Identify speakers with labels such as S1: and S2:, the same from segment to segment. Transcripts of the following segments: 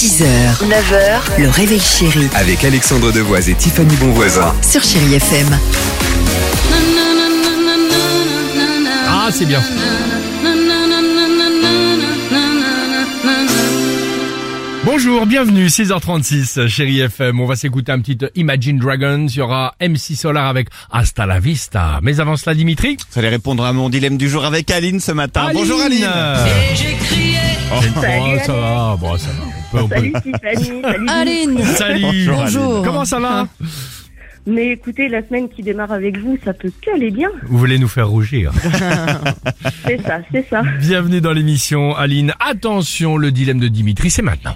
S1: 6h, 9h, le réveil chéri
S2: Avec Alexandre Devoise et Tiffany Bonvoisin.
S1: sur Chérie FM.
S3: Na, na, na, na, na, na, na, na.
S4: Ah, c'est bien.
S3: Na, na, na, na, na, na, na, na, na, na, na.
S4: Bonjour, bienvenue, 6h36, chérie FM. On va s'écouter un petit euh, Imagine Dragons. Il y aura MC Solar avec Hasta la Vista. Mais avant cela, Dimitri.
S5: Vous allez répondre à mon dilemme du jour avec Aline ce matin.
S4: Ah,
S5: Bonjour Aline
S4: Et j'ai crié.
S6: Eh,
S7: Salut,
S4: Oh, ça va, bon, ça va. On peut- on
S7: Salut
S4: peut-
S7: Tiffany, salut.
S1: Aline,
S4: Salut.
S5: Bonjour, Aline.
S4: Comment ça va
S7: Mais écoutez, la semaine qui démarre avec vous, ça peut qu'aller bien.
S4: Vous voulez nous faire rougir.
S7: C'est ça, c'est ça.
S4: Bienvenue dans l'émission, Aline. Attention, le dilemme de Dimitri, c'est maintenant.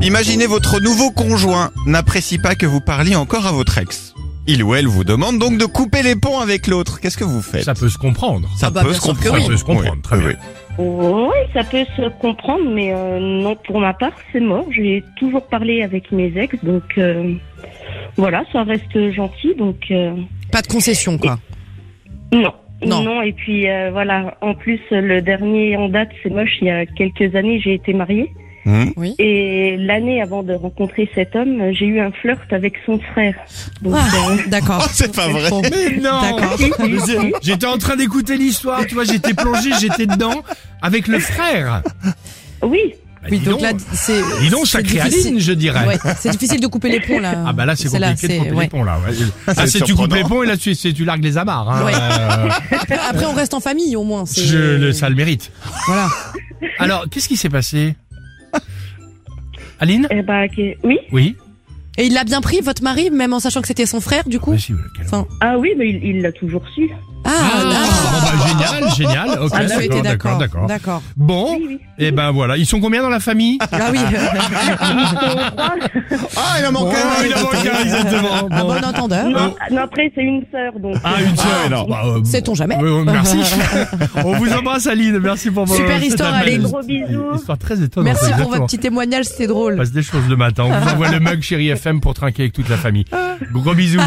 S5: Imaginez votre nouveau conjoint n'apprécie pas que vous parliez encore à votre ex. Il ou elle vous demande donc de couper les ponts avec l'autre. Qu'est-ce que vous faites
S4: Ça Ah bah, peut se comprendre.
S5: Ça peut se comprendre.
S4: oui. Ça peut se comprendre, très bien.
S7: Oui, ça peut se comprendre, mais euh, non, pour ma part, c'est mort. J'ai toujours parlé avec mes ex, donc euh, voilà, ça reste gentil, donc euh,
S6: Pas de concession, quoi.
S7: non.
S6: Non.
S7: et puis euh, voilà, en plus, le dernier en date, c'est moche, il y a quelques années, j'ai été mariée.
S5: Hmm.
S7: Et l'année avant de rencontrer cet homme, j'ai eu un flirt avec son frère. Donc, euh,
S6: Ah, D'accord.
S5: Oh, c'est pas vrai.
S6: Bon.
S4: Mais non
S6: D'accord.
S4: Mais c'est- J'étais en train d'écouter l'histoire, tu vois, j'étais plongé, j'étais dedans, avec le frère.
S7: oui,
S4: Bah,
S6: Oui,
S4: dis
S6: donc là, c'est.
S4: Dis donc,
S6: c'est
S4: sacré
S6: difficile.
S4: Aline, je dirais.
S6: Ouais, c'est difficile de couper les ponts, là.
S4: Ah bah là, c'est
S6: là,
S4: compliqué de
S6: c'est-
S4: couper les
S6: ouais.
S4: ponts, là. ouais. Ah,
S5: C'est
S4: c'est tu coupes
S5: surprenant.
S4: les ponts et là, tu, c'est tu largues les amarres. hein.
S6: Ouais.
S4: Euh,
S6: Après, on reste en famille, au moins. c'est-
S4: je, le, ça le mérite.
S6: Voilà.
S4: Alors, qu'est-ce qui s'est passé Aline
S7: eh ben, que- oui.
S4: Oui
S6: Et il l'a bien pris, votre mari, même en sachant que c'était son frère, du coup
S4: Ouais, Bah, si, ouais, quel-
S6: Enfin,
S7: Ah oui, mais il il l'a toujours su.
S6: Ah,
S4: Ah, bon, bah, génial, génial. Ok,
S6: Ah, tu
S4: d'accord,
S6: étais d'accord.
S4: d'accord.
S6: D'accord.
S4: Bon,
S7: Oui, oui.
S4: et ben voilà. Ils sont combien dans la famille
S6: Ah oui.
S5: Ah, il a manqué un.
S4: Oh, il en manque un, exactement.
S6: Un
S4: Ah, Bon.
S6: bon entendeur.
S7: Non, non, après, c'est une sœur, donc.
S4: Ah, une sœur,
S6: Ah,
S4: alors. Bah, euh,
S6: Sait-on jamais
S4: oui, oui, merci. On vous embrasse, Aline. Merci pour votre
S6: Super histoire, Aline.
S7: Gros bisous.
S4: Histoire très étonnante.
S6: Merci pour
S4: exactement.
S6: votre petit témoignage, c'était
S4: Il
S6: drôle.
S4: passe des choses le matin. On vous envoie le mug chéri FM pour trinquer avec toute la famille. Gros bisous.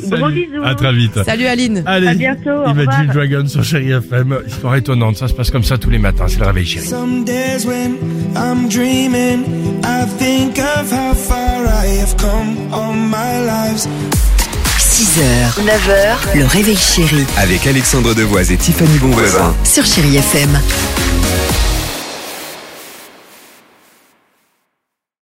S7: Gros
S4: Salut.
S7: bisous.
S4: À très vite.
S6: Salut Aline.
S4: Allez.
S7: À bientôt, au
S4: Imagine
S7: revoir.
S4: Dragon sur chéri FM. Histoire étonnante. Ça se passe comme ça tous les matins. C'est le réveil chéri.
S8: Some days when I'm dreaming, I think of how far I have come all my lives.
S1: 6h, 9h, le réveil chéri
S2: Avec Alexandre Devoise et Tiffany Bonvoisin.
S1: sur Chérie FM.